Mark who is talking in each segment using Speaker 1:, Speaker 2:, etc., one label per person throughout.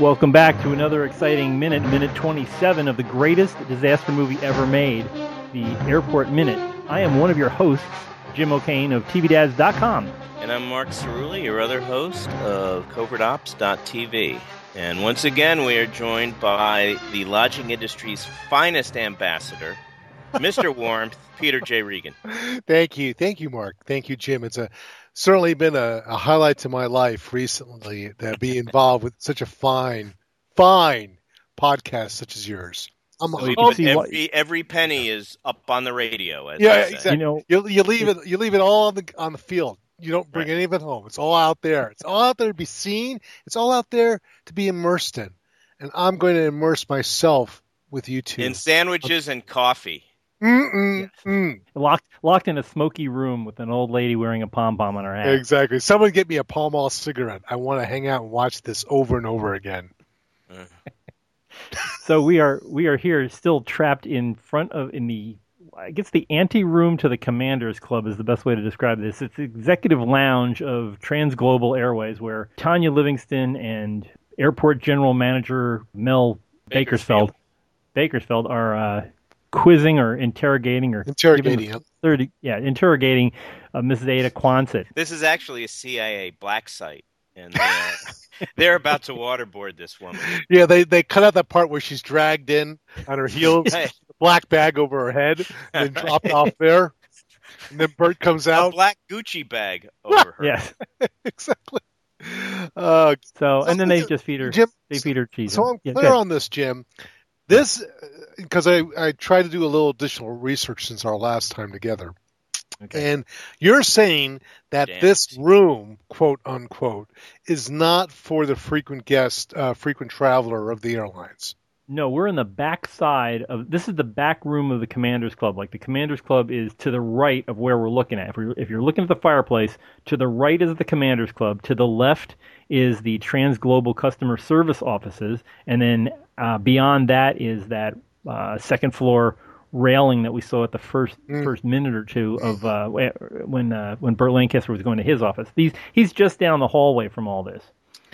Speaker 1: Welcome back to another exciting minute, minute 27 of the greatest disaster movie ever made, the Airport Minute. I am one of your hosts, Jim O'Kane of TVDads.com.
Speaker 2: And I'm Mark Cerulli, your other host of CovertOps.tv. And once again, we are joined by the lodging industry's finest ambassador, Mr. Warmth, Peter J. Regan.
Speaker 3: Thank you. Thank you, Mark. Thank you, Jim. It's a certainly been a, a highlight to my life recently to be involved with such a fine, fine podcast such as yours. I'm
Speaker 1: So you
Speaker 2: But
Speaker 1: can see why-
Speaker 2: every, every penny is up on the radio. As
Speaker 3: yeah,
Speaker 2: they say.
Speaker 3: exactly.
Speaker 1: You know-
Speaker 3: you, you leave it you leave it all on the on the field. You don't bring
Speaker 2: Right.
Speaker 3: any of it home. It's all out there. It's all out there to be seen. It's all out there to be immersed in. And I'm going to immerse myself with you too.
Speaker 2: In sandwiches and coffee.
Speaker 3: mm mm mm.
Speaker 1: Locked, locked in a smoky room with an old lady wearing a pom pom on her hat.
Speaker 3: Exactly. Someone get me a Pall Mall cigarette. I want to hang out and watch this over and over again.
Speaker 1: So we are we are here still trapped in front of in the I guess the ante room to the Commanders Club is the best way to describe this. It's the executive lounge of Transglobal Airways, where Tanya Livingston and Airport General Manager Mel Bakersfeld
Speaker 2: Bakersfield.
Speaker 1: Bakersfeld are uh, quizzing or interrogating or
Speaker 3: Interrogating him.
Speaker 1: thirty yeah interrogating uh, Mrs. Ada Quonset.
Speaker 2: This is actually a CIA black site. And they, uh, they're about to waterboard this woman.
Speaker 3: Yeah, they they cut out that part where she's dragged in on her heels,
Speaker 2: Hey,
Speaker 3: black bag over her head, and then dropped off there. And then Bert comes
Speaker 2: a
Speaker 3: out.
Speaker 2: black Gucci bag over her.
Speaker 1: Yes.
Speaker 3: exactly. Uh,
Speaker 1: So and then they
Speaker 3: So-
Speaker 1: just feed her
Speaker 3: Jim,
Speaker 1: they feed her cheese.
Speaker 3: so I'm
Speaker 1: Yeah,
Speaker 3: clear
Speaker 1: good.
Speaker 3: on this, Jim. This, because I, I tried to do a little additional research since our last time together.
Speaker 1: Okay.
Speaker 3: And you're saying that
Speaker 2: Damn.
Speaker 3: this room, quote unquote, is not for the frequent guest, uh, frequent traveler of the airlines.
Speaker 1: No, we're in the back side of this is the back room of the Commanders Club. Like the Commanders Club is to the right of where we're looking at. If, we're, if you're looking at the fireplace, to the right is the Commanders Club. To the left is the Transglobal Customer Service offices, and then uh, beyond that is that uh, second floor railing that we saw at the first
Speaker 3: Mm.
Speaker 1: first minute or two of uh, when uh, when Burt Lancaster was going to his office. These he's just down the hallway from all this.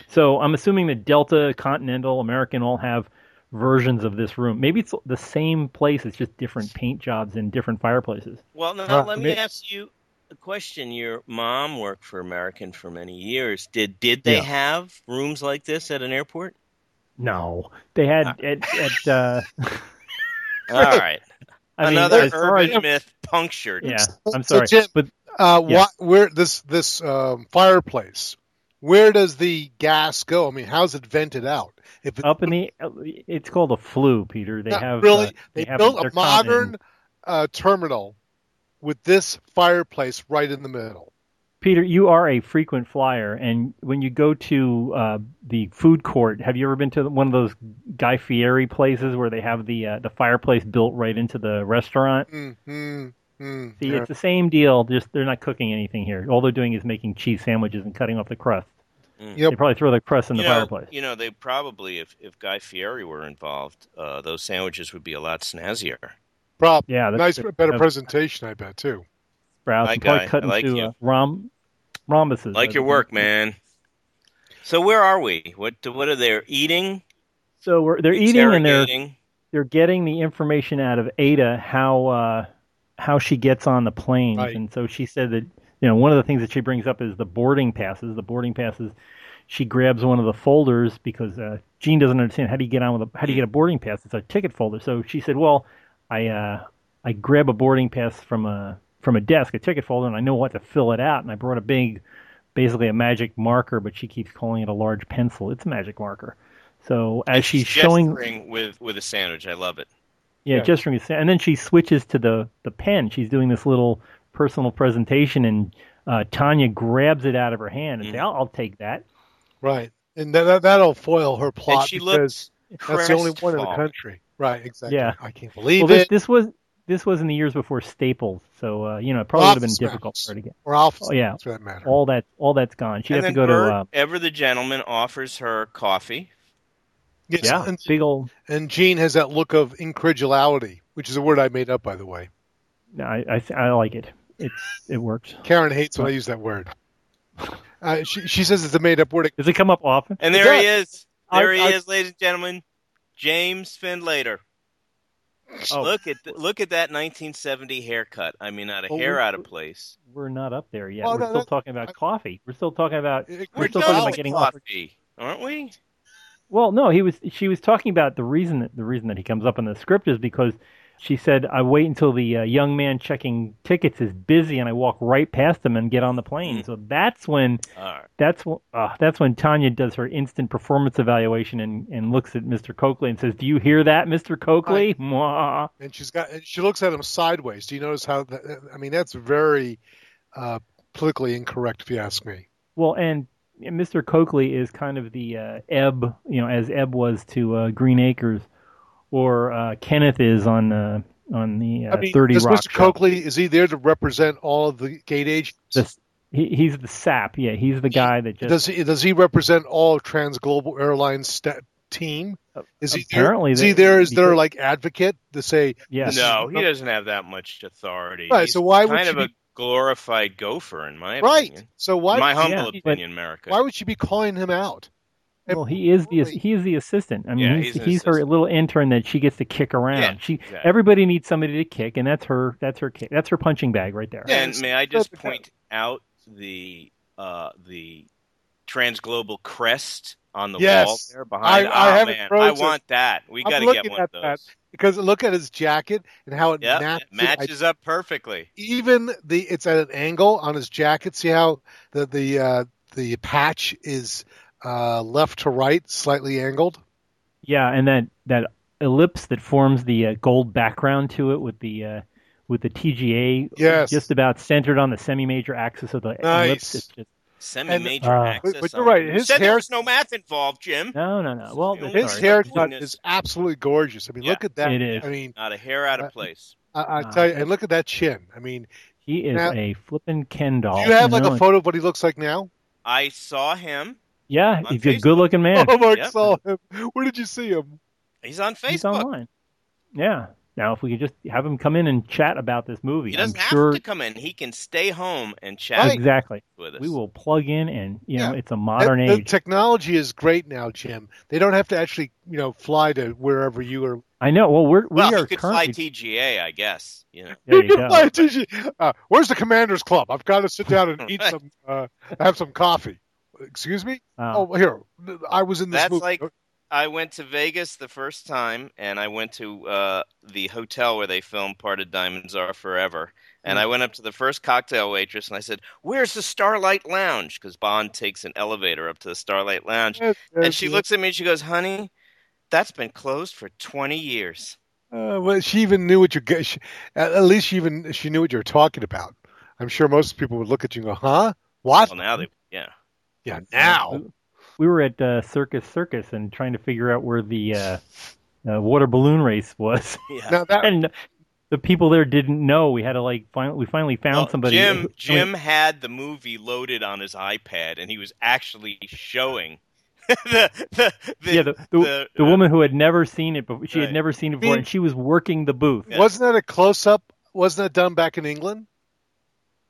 Speaker 1: So I'm assuming that Delta, Continental, American all have versions of this room. Maybe it's the same place. It's just different paint jobs and different fireplaces.
Speaker 2: Well, now
Speaker 3: Huh.
Speaker 2: let me ask you a question. Your mom worked for American for many years. Did did they
Speaker 1: Yeah.
Speaker 2: have rooms like this at an airport?
Speaker 1: No, they had at, at uh,
Speaker 2: All right,
Speaker 1: I mean,
Speaker 2: another
Speaker 1: as far
Speaker 2: urban
Speaker 1: as-
Speaker 2: myth punctured.
Speaker 1: yeah, I'm
Speaker 3: So,
Speaker 1: sorry,
Speaker 3: Jim-
Speaker 1: but
Speaker 3: Uh,
Speaker 1: Yeah.
Speaker 3: why, where this this um, fireplace? Where does the gas go? I mean, how's it vented out? If it's
Speaker 1: up in the it's called a flu, Peter. They
Speaker 3: not
Speaker 1: have
Speaker 3: really,
Speaker 1: uh,
Speaker 3: they,
Speaker 1: have-
Speaker 3: built
Speaker 1: they're
Speaker 3: a
Speaker 1: common.
Speaker 3: modern uh, terminal with this fireplace right in the middle.
Speaker 1: Peter, you are a frequent flyer, and when you go to uh, the food court, have you ever been to one of those Guy Fieri places where they have the uh, the fireplace built right into the restaurant?
Speaker 3: Mm, mm, mm,
Speaker 1: See,
Speaker 3: yeah.
Speaker 1: it's the same deal. Just they're not cooking anything here. All they're doing is making cheese sandwiches and cutting off the crust.
Speaker 3: Yep.
Speaker 1: They probably throw the crust in the
Speaker 2: Mm. you know,
Speaker 1: fireplace.
Speaker 2: You know, they probably if if Guy Fieri were involved, uh, those sandwiches would be a lot snazzier.
Speaker 3: Prop.
Speaker 1: Yeah, that's
Speaker 3: nice,
Speaker 1: that's-
Speaker 3: better
Speaker 1: that's
Speaker 3: presentation, I bet too.
Speaker 1: sprouts.
Speaker 2: My
Speaker 1: and probably
Speaker 2: guy.
Speaker 1: cut
Speaker 2: I like
Speaker 1: into
Speaker 2: you.
Speaker 1: uh, rhomb- rhombuses.
Speaker 2: Like your work, man. So where are we? What what are they eating?
Speaker 1: So we're, they're eating and they're
Speaker 2: Interrogating?
Speaker 1: they're getting the information out of Ada how uh, how she gets on the planes,
Speaker 3: Right.
Speaker 1: and so she said that you know one of the things that she brings up is the boarding passes. The boarding passes. She grabs one of the folders because uh, Gene doesn't understand how do you get on with a how do you get a boarding pass? It's a ticket folder. So she said, "Well, I uh, I grab a boarding pass from a from a desk, a ticket folder, and I know what to fill it out. And I brought a big, basically a magic marker, but she keeps calling it a large pencil. It's a magic marker. So as she's showing,
Speaker 2: gesturing with with a sandwich. I love it.
Speaker 1: yeah,
Speaker 3: Yeah.
Speaker 1: gesturing is, and then she switches to the the pen. She's doing this little personal presentation, and uh, Tanya grabs it out of her hand and says,
Speaker 2: Mhm.
Speaker 1: "I'll, I'll take that."
Speaker 3: Right, and that, that that'll foil her plot.
Speaker 2: and she
Speaker 3: because
Speaker 2: looks.
Speaker 3: that's the only one in the
Speaker 2: crestfallen.
Speaker 3: country. Right, exactly.
Speaker 1: Yeah.
Speaker 3: I can't believe
Speaker 1: Well, this,
Speaker 3: it.
Speaker 1: this was this was in the years before Staples, so uh, you know it probably would have been
Speaker 3: Office
Speaker 1: difficult
Speaker 3: Max.
Speaker 1: for her to get
Speaker 3: Or Alpha,
Speaker 1: Oh, yeah.
Speaker 3: for that matter.
Speaker 1: all that. All that's gone. She'd
Speaker 2: and
Speaker 1: have to go
Speaker 2: then Bert,
Speaker 1: to uh,
Speaker 2: ever the gentleman offers her coffee.
Speaker 3: Yes,
Speaker 1: yeah,
Speaker 3: and,
Speaker 1: big old.
Speaker 3: and Gene has that look of incredulity, which is a word I made up, by the way.
Speaker 1: No, I, I I like it. It's it works.
Speaker 3: Karen hates when I use that word. Uh, she, she says it's a made up word.
Speaker 1: Does it come up often?
Speaker 2: And
Speaker 3: It
Speaker 2: there he is. There
Speaker 1: I-
Speaker 2: he
Speaker 1: I-
Speaker 2: is, ladies and gentlemen. James Findlater.
Speaker 1: Oh.
Speaker 2: Look at th- look at that 1970 haircut. I mean, not a
Speaker 1: Oh,
Speaker 2: hair
Speaker 1: we-
Speaker 2: out of place.
Speaker 1: We're not up there yet.
Speaker 3: Well,
Speaker 1: We're
Speaker 3: no,
Speaker 1: still
Speaker 3: that-
Speaker 1: talking about coffee. We're still talking about.
Speaker 3: It-
Speaker 1: We're
Speaker 2: We're
Speaker 1: still
Speaker 2: talking
Speaker 1: talking about
Speaker 2: about
Speaker 1: getting offered-
Speaker 2: coffee, aren't we?
Speaker 1: Well, no, he was. She was talking about the reason that the reason that he comes up in the script is because she said, "I wait until the uh, young man checking tickets is busy, and I walk right past him and get on the plane."
Speaker 3: Mm-hmm.
Speaker 1: So that's when
Speaker 2: All right.
Speaker 1: that's wh- uh, that's when Tanya does her instant performance evaluation and, and looks at Mr. Coakley and says, "Do you hear that, Mr. Coakley?" Mwah.
Speaker 3: and she's got and she looks at him sideways. Do you notice how? That, I mean, that's very uh, politically incorrect, if you ask me.
Speaker 1: Well, and Mr. Coakley is kind of the uh, Ebb, you know, as Ebb was to uh, Green Acres, or uh, Kenneth is on uh, on the uh,
Speaker 3: I mean,
Speaker 1: Thirty
Speaker 3: is
Speaker 1: Rock.
Speaker 3: Mr.
Speaker 1: show.
Speaker 3: Coakley is he there to represent all of the gate agents?
Speaker 1: This- he, he's the sap. Yeah, he's the guy that just
Speaker 3: does he does he represent all of Trans Global Airlines sta- team? Is he there?
Speaker 1: apparently
Speaker 3: Is he
Speaker 1: they-
Speaker 3: there as their
Speaker 1: because-
Speaker 3: like advocate to say?
Speaker 1: yeah.
Speaker 3: This is-
Speaker 2: No, he doesn't have that much authority.
Speaker 3: Right,
Speaker 2: He's
Speaker 3: so why would
Speaker 2: kind
Speaker 3: you
Speaker 2: of a glorified gopher, in my
Speaker 3: Right.
Speaker 2: opinion.
Speaker 3: So why
Speaker 2: my humble
Speaker 1: Yeah, but-
Speaker 2: opinion, America.
Speaker 3: why would she be calling him out?
Speaker 1: Well, he is the
Speaker 3: Absolutely.
Speaker 1: he is the assistant. I mean,
Speaker 2: Yeah,
Speaker 1: he's,
Speaker 2: he's
Speaker 1: he's,
Speaker 2: an
Speaker 1: her
Speaker 2: assistant.
Speaker 1: little intern that she gets to kick around.
Speaker 2: Yeah,
Speaker 1: she
Speaker 2: exactly.
Speaker 1: everybody needs somebody to kick, and that's her that's her kick, that's her punching bag right there.
Speaker 3: Yeah,
Speaker 2: and
Speaker 3: it's-
Speaker 2: may I just
Speaker 3: that's-
Speaker 2: point out the uh, the transglobal crest on the
Speaker 3: Yes.
Speaker 2: wall there behind?
Speaker 3: I- I
Speaker 2: Ah,
Speaker 3: haven't
Speaker 2: man, I
Speaker 3: noticed.
Speaker 2: want that. We
Speaker 3: I'm
Speaker 2: got to
Speaker 3: looking
Speaker 2: get one of
Speaker 3: at that.
Speaker 2: those.
Speaker 3: Because look at his jacket and how it
Speaker 2: Yeah,
Speaker 3: matches.
Speaker 2: it matches up perfectly.
Speaker 3: even the it's at an angle on his jacket. See how the the uh, the patch is uh, left to right, slightly angled.
Speaker 1: Yeah, and that that ellipse that forms the uh, gold background to it with the uh, with the TGA
Speaker 3: Yes.
Speaker 1: just about centered on the semi-major axis of the
Speaker 3: Nice.
Speaker 1: ellipse. It's just,
Speaker 2: Semi-major
Speaker 1: uh,
Speaker 2: access.
Speaker 3: But- but you're
Speaker 2: on it.
Speaker 3: right,
Speaker 2: You
Speaker 3: his
Speaker 2: said there
Speaker 3: hair-
Speaker 2: was no math involved, Jim.
Speaker 1: no, no, no. Well,
Speaker 2: His
Speaker 3: His
Speaker 1: sorry.
Speaker 3: haircut
Speaker 2: Goodness.
Speaker 3: is absolutely gorgeous. I mean,
Speaker 2: Yeah,
Speaker 3: look at that.
Speaker 1: it is. Uh,
Speaker 3: I mean,
Speaker 2: Not a hair out
Speaker 3: Uh,
Speaker 2: of place.
Speaker 3: I, I
Speaker 1: Wow.
Speaker 3: tell you, and look at that chin. I mean,
Speaker 1: he is
Speaker 3: Now-
Speaker 1: a flippin' Ken doll.
Speaker 3: do you have like
Speaker 1: know?
Speaker 3: a photo of what he looks like now?
Speaker 2: I saw him.
Speaker 1: Yeah,
Speaker 2: on
Speaker 1: he's a
Speaker 2: Facebook.
Speaker 1: good-looking man.
Speaker 3: Oh, Mark
Speaker 2: Yeah.
Speaker 3: saw him. Where did you see him?
Speaker 2: He's on Facebook.
Speaker 1: He's online. Yeah. Now, if we could just have him come in and chat about this movie,
Speaker 2: He doesn't
Speaker 1: I'm
Speaker 2: have
Speaker 1: sure
Speaker 2: to come in. He can stay home and chat
Speaker 3: Right.
Speaker 1: exactly.
Speaker 2: with us.
Speaker 1: We will plug in, and you know,
Speaker 3: Yeah.
Speaker 1: it's a modern
Speaker 3: The- the
Speaker 1: age.
Speaker 3: technology is great now, Jim. They don't have to actually, you know, fly to wherever you are.
Speaker 1: I know. Well, we're we
Speaker 2: well,
Speaker 1: are
Speaker 2: he could fly
Speaker 1: currently.
Speaker 2: TGA, I guess. You know.
Speaker 1: there you go.
Speaker 3: Fly to- uh, where's the commander's club? I've got to sit down and eat some, uh, have some coffee. Excuse me?
Speaker 1: Uh,
Speaker 3: Oh, here. I was in this
Speaker 2: That's
Speaker 3: movie. Oh,
Speaker 2: like- I went to Vegas the first time, and I went to uh, the hotel where they filmed part of Diamonds Are Forever. And I went up to the first cocktail waitress, and I said, "Where's the Starlight Lounge?" Because Bond takes an elevator up to the Starlight Lounge,
Speaker 3: Yes,
Speaker 2: and
Speaker 3: yes,
Speaker 2: she
Speaker 3: yes.
Speaker 2: looks at me and she goes, "Honey, that's been closed for twenty years."
Speaker 3: Uh, well, she even knew what you. g- She, at at least she even she knew what you were talking about. I'm sure most people would look at you and go, "Huh? What?
Speaker 2: Well, now they, yeah,
Speaker 3: yeah, now."
Speaker 1: we were at uh, Circus Circus and trying to figure out where the uh, uh, water balloon race was,
Speaker 2: yeah.
Speaker 3: Now that
Speaker 1: and the people there didn't know. We had to like finally we finally found
Speaker 2: Well,
Speaker 1: somebody.
Speaker 2: Jim
Speaker 1: who- I mean,
Speaker 2: Jim had the movie loaded on his iPad, and he was actually showing the the, the,
Speaker 1: yeah, the, the,
Speaker 2: the,
Speaker 1: the
Speaker 2: uh,
Speaker 1: woman who had never seen it before, she
Speaker 2: Right.
Speaker 1: had never seen it before,
Speaker 3: Being-
Speaker 1: and she was working the booth.
Speaker 2: Yeah.
Speaker 3: wasn't that a close up? Wasn't that done back in England?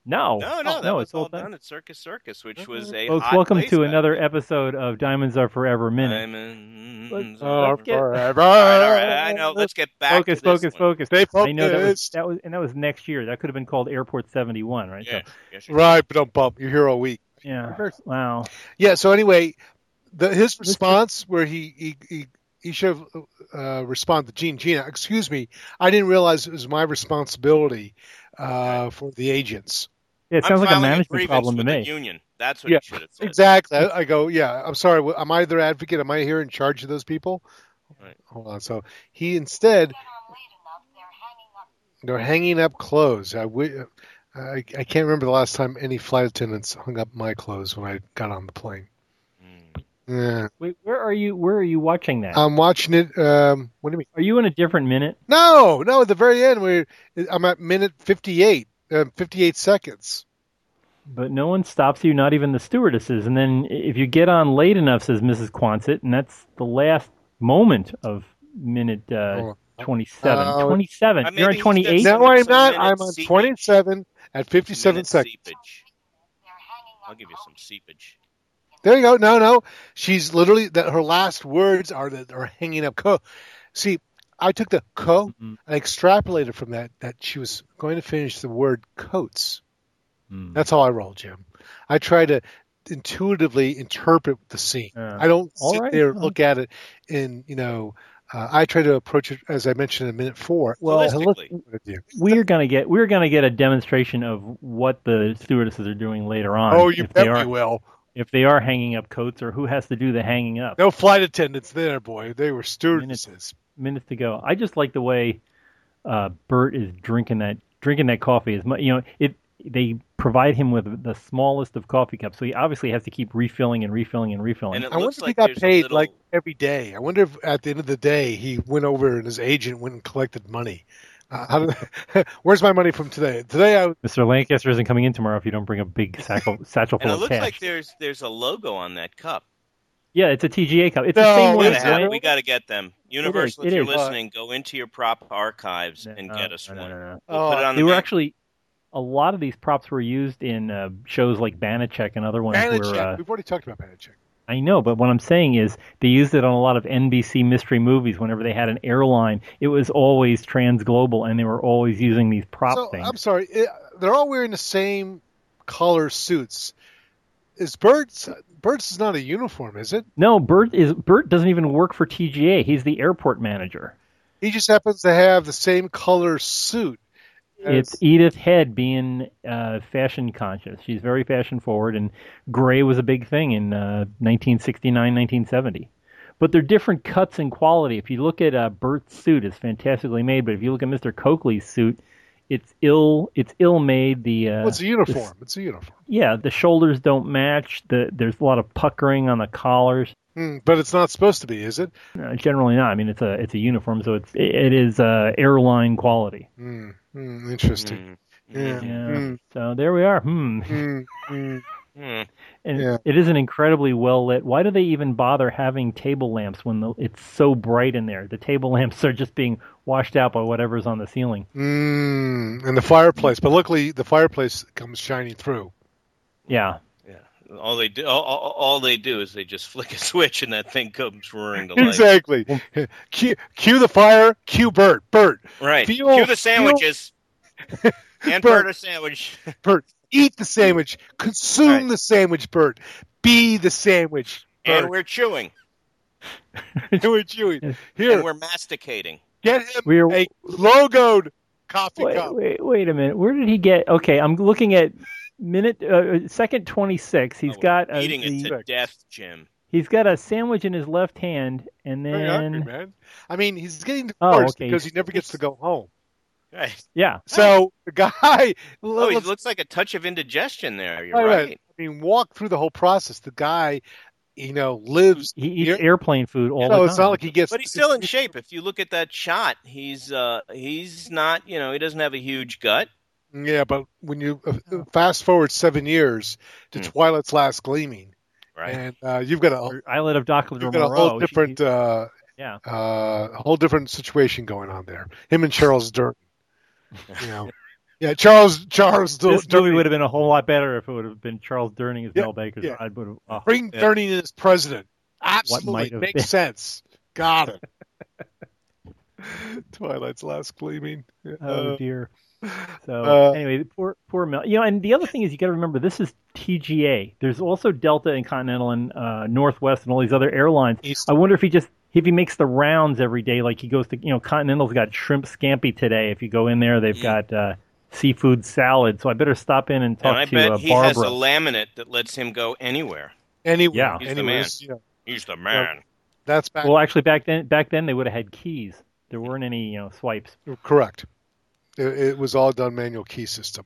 Speaker 1: No, Oh,
Speaker 2: No, no, that
Speaker 1: no,
Speaker 2: was
Speaker 1: it's all
Speaker 2: all done at Circus Circus, which was a
Speaker 1: Folks,
Speaker 2: hot
Speaker 1: welcome
Speaker 2: place
Speaker 1: to
Speaker 2: back
Speaker 1: another
Speaker 2: then.
Speaker 1: episode of Diamonds Are Forever Minute.
Speaker 2: Diamonds
Speaker 1: Let's- Oh,
Speaker 2: are
Speaker 1: let's get-
Speaker 2: forever.
Speaker 3: forever.
Speaker 2: All right, all right. I know. Let's get back.
Speaker 1: Focus,
Speaker 2: to this
Speaker 1: focus,
Speaker 2: one.
Speaker 1: focus.
Speaker 3: Stay
Speaker 1: I know that was,
Speaker 3: focused.
Speaker 1: that was and that was next year. That could have been called Airport 71, right?
Speaker 2: Yeah,
Speaker 1: So,
Speaker 2: yes, sir.
Speaker 3: Right, but don't bump. You're here all week.
Speaker 1: yeah. Wow.
Speaker 3: Yeah. So anyway, the, his response where he he he, he should have uh, responded to Gene Gina. Excuse me, I didn't realize it was my responsibility uh, for the agents.
Speaker 1: Yeah, it
Speaker 2: I'm
Speaker 1: sounds like a
Speaker 2: filing
Speaker 1: management
Speaker 2: grievance
Speaker 1: problem to
Speaker 2: with
Speaker 1: me.
Speaker 2: The union. That's what
Speaker 3: Yeah,
Speaker 2: you should have said.
Speaker 3: Exactly. I, I go, yeah. I'm sorry. wh- Am I their advocate? Am I here in charge of those people?
Speaker 2: Right.
Speaker 3: Hold on. So he instead, they're hanging up clothes. I wi- I, I can't remember the last time any flight attendants hung up my clothes when I got on the plane.
Speaker 2: Mm.
Speaker 3: Yeah.
Speaker 1: Wait, where are you? Where are you watching that?
Speaker 3: I'm watching it. Um, what do you mean?
Speaker 1: are you in a different minute?
Speaker 3: No, no. At the very end, we I'm at minute 58, uh, 58 seconds.
Speaker 1: But no one stops you, not even the stewardesses. And then i- if you get on late enough, says Mrs. Quonset, and that's the last moment of minute uh,
Speaker 3: Oh.
Speaker 1: 27.
Speaker 3: Oh.
Speaker 1: 27.
Speaker 2: Uh,
Speaker 1: You're
Speaker 2: maybe
Speaker 1: at
Speaker 2: he's
Speaker 1: 28.
Speaker 2: just-
Speaker 3: No, I'm
Speaker 2: minutes,
Speaker 3: not.
Speaker 2: minutes
Speaker 3: I'm on
Speaker 2: seepage.
Speaker 3: 27 at 57
Speaker 2: Minute
Speaker 3: seconds.
Speaker 2: Seepage. I'll give you some seepage.
Speaker 3: There you go. No, no. She's literally that her last words are that are hanging up co. See, I took the co
Speaker 1: Mhm.
Speaker 3: and extrapolated from that that she was going to finish the word coats.
Speaker 1: Mm.
Speaker 3: That's how I roll, Jim. I try to intuitively interpret the scene.
Speaker 1: Yeah.
Speaker 3: I don't
Speaker 1: All
Speaker 3: sit
Speaker 1: right.
Speaker 3: there and look at it in you know. Uh, I try to approach it as I mentioned in minute four.
Speaker 1: Well,
Speaker 2: Holistically.
Speaker 1: we're gonna get we're gonna get a demonstration of what the stewardesses are doing later on.
Speaker 3: oh, you
Speaker 1: if they
Speaker 3: bet
Speaker 1: are
Speaker 3: we will.
Speaker 1: if they are hanging up coats or who has to do the hanging up.
Speaker 3: No flight attendants there, boy. They were stewardesses.
Speaker 1: Minutes to go. I just like the way uh, Bert is drinking that drinking that coffee as much. You know, it they provide him with the smallest of coffee cups, so he obviously has to keep refilling and refilling and refilling.
Speaker 2: And it
Speaker 3: I wonder
Speaker 2: looks
Speaker 3: if
Speaker 2: like
Speaker 3: he got
Speaker 2: there's a
Speaker 3: paid
Speaker 2: little-
Speaker 3: like every day. I wonder if at the end of the day he went over and his agent went and collected money. Uh, how did- where's my money from today? Today I
Speaker 1: Mr. Lancaster isn't coming in tomorrow if you don't bring a big satchel satchel
Speaker 2: And
Speaker 1: full
Speaker 2: it
Speaker 1: of
Speaker 2: looks
Speaker 1: cash.
Speaker 2: like there's there's a logo on that cup.
Speaker 1: yeah, it's a TGA cup. It's the
Speaker 3: No,
Speaker 1: same one.
Speaker 2: We
Speaker 3: Well,
Speaker 2: gotta,
Speaker 1: as
Speaker 3: it's not.
Speaker 2: have,
Speaker 1: Lan-
Speaker 2: we gotta get them. Universal,
Speaker 1: it
Speaker 2: if you're
Speaker 1: is.
Speaker 2: listening, go into your prop archives and
Speaker 1: No,
Speaker 2: get us
Speaker 1: no, no,
Speaker 2: one.
Speaker 1: no, no.
Speaker 2: We'll put it on
Speaker 1: They
Speaker 2: the
Speaker 1: were
Speaker 2: back.
Speaker 1: actually a lot of these props were used in uh, shows like Banachek and other ones
Speaker 3: Banachek.
Speaker 1: where uh,
Speaker 3: We've already talked about Banachek.
Speaker 1: I know, but what I'm saying is they used it on a lot of NBC mystery movies. Whenever they had an airline, it was always transglobal, and they were always using these prop
Speaker 3: So
Speaker 1: things.
Speaker 3: I'm sorry, eh, they're all wearing the same color suits. Is Bert's Bert's is not a uniform, is it?
Speaker 1: No, Bert is Bert doesn't even work for TGA. He's the airport manager.
Speaker 3: He just happens to have the same color suit.
Speaker 1: It's Edith Head being uh, fashion conscious. She's very fashion forward, and gray was a big thing in uh, 1969, 1970. But they're different cuts and quality. If you look at uh, Bert's suit, it's fantastically made. But if you look at Mr. Coakley's suit, it's ill. It's ill made. The uh,
Speaker 3: Well, it's a uniform. It's a uniform,
Speaker 1: yeah, the shoulders don't match. The there's a lot of puckering on the collars.
Speaker 3: Hmm, but it's not supposed to be, is it?
Speaker 1: No, generally not. I mean, it's a it's a uniform, so it's it is uh, airline quality.
Speaker 3: Hmm, hmm, interesting.
Speaker 2: Mm.
Speaker 3: Yeah.
Speaker 1: Yeah.
Speaker 3: Mm.
Speaker 1: So there we are. Hmm.
Speaker 3: Hmm, hmm.
Speaker 2: Mm.
Speaker 1: And
Speaker 3: Yeah.
Speaker 1: it is an incredibly well lit. Why do they even bother having table lamps when the, it's so bright in there? The table lamps are just being washed out by whatever's on the ceiling.
Speaker 3: Mm, and the fireplace, but luckily the fireplace comes shining through.
Speaker 1: Yeah.
Speaker 2: Yeah. Hmm. All they do, all, all- all they do is they just flick a switch and that thing comes roaring to life.
Speaker 3: Exactly. cue, cue the fire. Cue Bert. Bert.
Speaker 2: Right.
Speaker 3: Feel-
Speaker 2: Cue the sandwiches. and
Speaker 3: Bert.
Speaker 2: burger sandwich.
Speaker 3: Bert. Eat the sandwich. Consume
Speaker 2: Right.
Speaker 3: the sandwich, Bert. Be the sandwich.
Speaker 2: And
Speaker 3: Bert.
Speaker 2: we're chewing.
Speaker 3: do it, Chewy. Here,
Speaker 2: And we're masticating.
Speaker 3: get him
Speaker 1: We're,
Speaker 3: a logoed coffee
Speaker 1: wait,
Speaker 3: cup.
Speaker 1: wait, wait a minute. Where did he get? Okay, I'm looking at minute uh, second 26. He's
Speaker 2: Oh,
Speaker 1: got a,
Speaker 2: Eating it
Speaker 1: the-
Speaker 2: to death, Jim.
Speaker 1: he's got a sandwich in his left hand, and
Speaker 3: Very hungry,
Speaker 1: then
Speaker 3: man. I mean, he's getting divorced
Speaker 1: Oh, okay.
Speaker 3: because he never gets to go home.
Speaker 2: Right.
Speaker 1: yeah,
Speaker 3: So the guy,
Speaker 2: Oh,
Speaker 3: let-
Speaker 2: he
Speaker 3: let's-
Speaker 2: looks like a touch of indigestion there. You're
Speaker 3: Right, right.
Speaker 2: right.
Speaker 3: I mean, walk through the whole process. The guy, you know, lives.
Speaker 1: he eats
Speaker 3: You're-
Speaker 1: airplane food all
Speaker 3: so
Speaker 1: the time.
Speaker 3: it's not like he gets.
Speaker 2: But he's still in shape. If you look at that shot, he's uh he's not, you know, he doesn't have a huge gut.
Speaker 3: Yeah, but when you uh,
Speaker 1: Oh.
Speaker 3: fast forward seven years to
Speaker 2: Hmm.
Speaker 3: Twilight's Last Gleaming,
Speaker 2: Right.
Speaker 3: and uh, you've got a
Speaker 1: Islet of Dr.
Speaker 3: you've got
Speaker 1: Moreau.
Speaker 3: a whole
Speaker 1: she-
Speaker 3: different uh,
Speaker 1: Yeah.
Speaker 3: uh, a whole different situation going on there. Him and Charles Durton. You know. yeah, Charles Charles Dur-
Speaker 1: this movie
Speaker 3: Durning.
Speaker 1: would have been a whole lot better if it would have been Charles Durning as
Speaker 3: Yeah,
Speaker 1: Mel Baker's
Speaker 3: yeah.
Speaker 1: ride. Would have, oh,
Speaker 3: bring
Speaker 1: yeah.
Speaker 3: Durning in as president.
Speaker 1: might
Speaker 3: Absolutely
Speaker 1: have
Speaker 3: makes
Speaker 1: been.
Speaker 3: sense. Got it. Twilight's Last Gleaming.
Speaker 1: oh
Speaker 3: Uh,
Speaker 1: dear. So
Speaker 3: uh,
Speaker 1: anyway, the poor poor Mel. You know, and the other thing is you got to remember this is TGA. There's also Delta and Continental and uh, Northwest and all these other airlines.
Speaker 3: East-
Speaker 2: Oh,
Speaker 1: I wonder if he just if he makes the rounds every day, like he goes to you know Continental's got shrimp scampi today. If you go in there, they've
Speaker 2: Mm.
Speaker 1: got uh, seafood salad. So I better stop in and
Speaker 2: And
Speaker 1: talk
Speaker 2: I
Speaker 1: to
Speaker 2: bet
Speaker 1: uh,
Speaker 2: he has a
Speaker 1: Barbara.
Speaker 2: laminate that lets him go anywhere.
Speaker 3: Anyway,
Speaker 1: Yeah.
Speaker 2: He's the
Speaker 3: anyways, yeah,
Speaker 2: He's the man.
Speaker 3: that's back
Speaker 1: well, actually, back then back then they would have had keys. There weren't any you know swipes.
Speaker 3: correct. It, it was all done manual key system.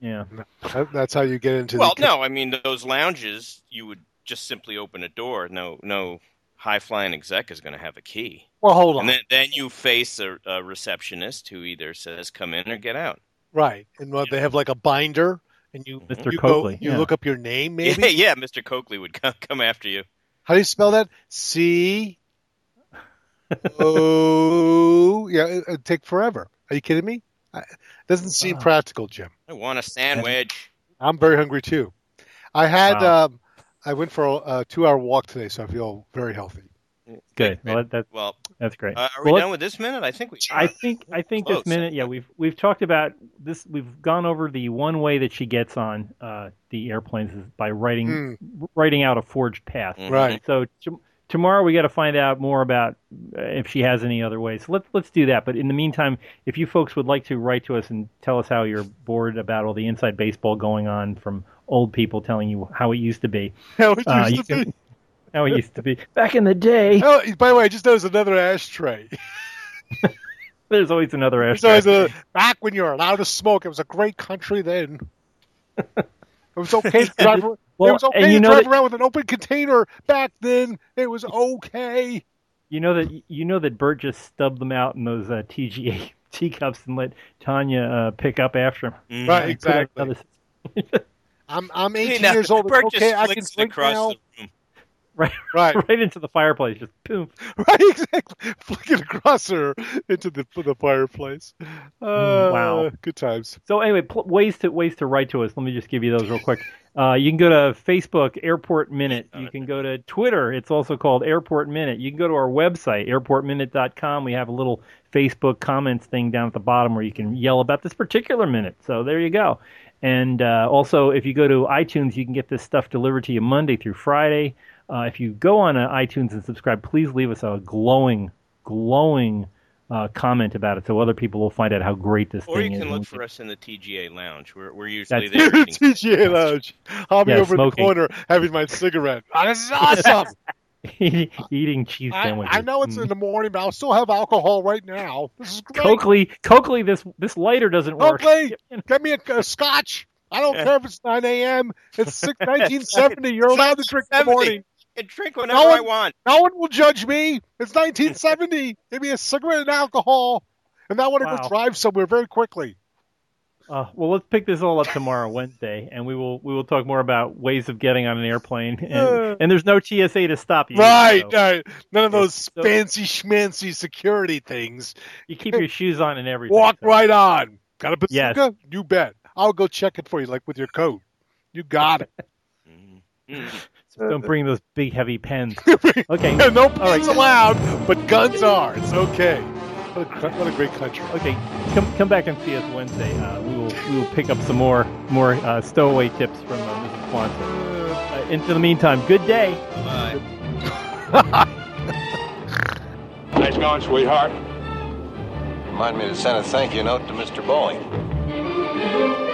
Speaker 1: Yeah.
Speaker 3: That- Uh, That's how you get into.
Speaker 2: Well,
Speaker 3: the,
Speaker 2: no, I mean those lounges you would just simply open a door. No no high flying exec is gonna have a key.
Speaker 3: Well, hold on.
Speaker 2: And then, then you face a, a receptionist who either says come in or get out.
Speaker 3: right, and what, they have like a binder, and you
Speaker 1: Mr.
Speaker 3: you
Speaker 1: Coakley,
Speaker 3: go, you
Speaker 1: yeah.
Speaker 3: look up your name.
Speaker 2: Yeah,
Speaker 3: Maybe
Speaker 2: Mm-hmm. yeah, Mr. Coakley would come, come after you.
Speaker 3: how do you spell that? C O. Yeah, it, it'd take forever. Are you kidding me? I, doesn't seem
Speaker 1: Wow.
Speaker 3: practical, Jim.
Speaker 2: I want a sandwich.
Speaker 3: I'm very hungry too. I had
Speaker 1: Wow.
Speaker 3: um, I went for a, a two-hour walk today, so I feel very healthy.
Speaker 1: Good. Well, that, that,
Speaker 2: Well,
Speaker 1: that's great.
Speaker 2: uh, are we
Speaker 1: Well,
Speaker 2: done with this minute? I think we.
Speaker 1: I think I think
Speaker 2: Close.
Speaker 1: this minute, yeah, we've we've talked about this. We've gone over the one way that she gets on uh, the airplanes is by writing
Speaker 3: Hmm.
Speaker 1: writing out a forged path.
Speaker 2: Mhm.
Speaker 3: Right.
Speaker 1: So to, tomorrow we got to find out more about uh, if she has any other ways. So let's let's do that. But in the meantime, if you folks would like to write to us and tell us how you're bored about all the inside baseball going on from old people telling you how it used to be,
Speaker 3: How it used
Speaker 1: Uh, you
Speaker 3: to be.
Speaker 1: can- how it used to be back in the day.
Speaker 3: Oh, by the way, I just noticed another ashtray.
Speaker 1: There's always another
Speaker 3: There's
Speaker 1: ashtray.
Speaker 3: always a, back when you were allowed to smoke, it was a great country then. It was okay to drive. ar-
Speaker 1: Well,
Speaker 3: it was okay
Speaker 1: and you
Speaker 3: to
Speaker 1: know
Speaker 3: drive
Speaker 1: that-
Speaker 3: around with an open container back then. It was okay.
Speaker 1: You know that you know that Bert just stubbed them out in those uh, TGA teacups and let Tanya uh, pick up after him.
Speaker 2: Mhm.
Speaker 3: Right,
Speaker 1: Put up
Speaker 3: exactly.
Speaker 1: another-
Speaker 3: I'm I'm
Speaker 2: You
Speaker 3: 18
Speaker 2: know,
Speaker 3: years old. It's
Speaker 2: Bert
Speaker 3: okay.
Speaker 2: just
Speaker 3: I can
Speaker 2: flicks it
Speaker 3: drink
Speaker 2: across
Speaker 3: now.
Speaker 2: the room.
Speaker 1: right,
Speaker 3: Right,
Speaker 1: right into the fireplace, just boom.
Speaker 3: right, exactly. Flick it across her into the the fireplace. Uh,
Speaker 1: Mm, wow.
Speaker 3: good times.
Speaker 1: So anyway, pl- ways to ways to write to us. Let me just give you those real quick. Uh, you can go to Facebook Airport Minute. You can go to Twitter. It's also called Airport Minute. You can go to our website airportminute.com. We have a little Facebook comments thing down at the bottom where you can yell about this particular minute. So there you go. And uh, also, if you go to iTunes, you can get this stuff delivered to you Monday through Friday. Uh, if you go on uh, iTunes and subscribe, please leave us a glowing, glowing uh, comment about it so other people will find out how great this
Speaker 2: Or
Speaker 1: thing is.
Speaker 2: you can
Speaker 1: and we
Speaker 2: look for us in the TGA lounge. We're, we're usually
Speaker 1: That's-
Speaker 2: there. eating
Speaker 3: TGA lounge. I'll be
Speaker 1: Yeah,
Speaker 3: over
Speaker 1: smoking.
Speaker 3: in the corner having my cigarette. Ah, this is awesome.
Speaker 1: eating cheese
Speaker 3: I,
Speaker 1: sandwiches.
Speaker 3: I know it's in
Speaker 1: Mm.
Speaker 3: the morning, but I'll still have alcohol right now. This is great.
Speaker 1: Coakley. Coakley, this this lighter doesn't work.
Speaker 3: Coakley, get me a, a scotch. I don't care if it's 9 a.m. It's 6, 1970. You're allowed to drink in the
Speaker 2: 70.
Speaker 3: morning.
Speaker 2: I can drink whenever
Speaker 3: No
Speaker 2: I
Speaker 3: one-
Speaker 2: want.
Speaker 3: No one will judge me. It's 1970. Give me a cigarette and alcohol. And I want to
Speaker 1: Wow.
Speaker 3: go drive somewhere very quickly.
Speaker 1: Uh, well, let's pick this all up tomorrow, Wednesday, and we will we will talk more about ways of getting on an airplane.
Speaker 3: Uh.
Speaker 1: And, and there's no TSA to stop you.
Speaker 3: Right,
Speaker 1: so
Speaker 3: right. None of those
Speaker 1: So-
Speaker 3: fancy schmancy security things.
Speaker 1: you keep your shoes on and everything.
Speaker 3: Walk
Speaker 1: so.
Speaker 3: right on. Got a
Speaker 1: Yes.
Speaker 3: bazooka? You bet. I'll go check it for you, like with your coat. You got it.
Speaker 2: Mhm. Mhm.
Speaker 1: Don't bring those big heavy pens. Okay.
Speaker 3: no
Speaker 1: All right.
Speaker 3: guns allowed, but guns are. It's okay. What a, cr- what a great country.
Speaker 1: Okay, come come back and see us Wednesday. Uh, we will we will pick up some more more uh, stowaway tips from uh, Mrs. Quantum. Uh, into the meantime, good day.
Speaker 2: Bye.
Speaker 4: Nice going, sweetheart.
Speaker 5: Remind me to send a thank you note to Mr. Bowling.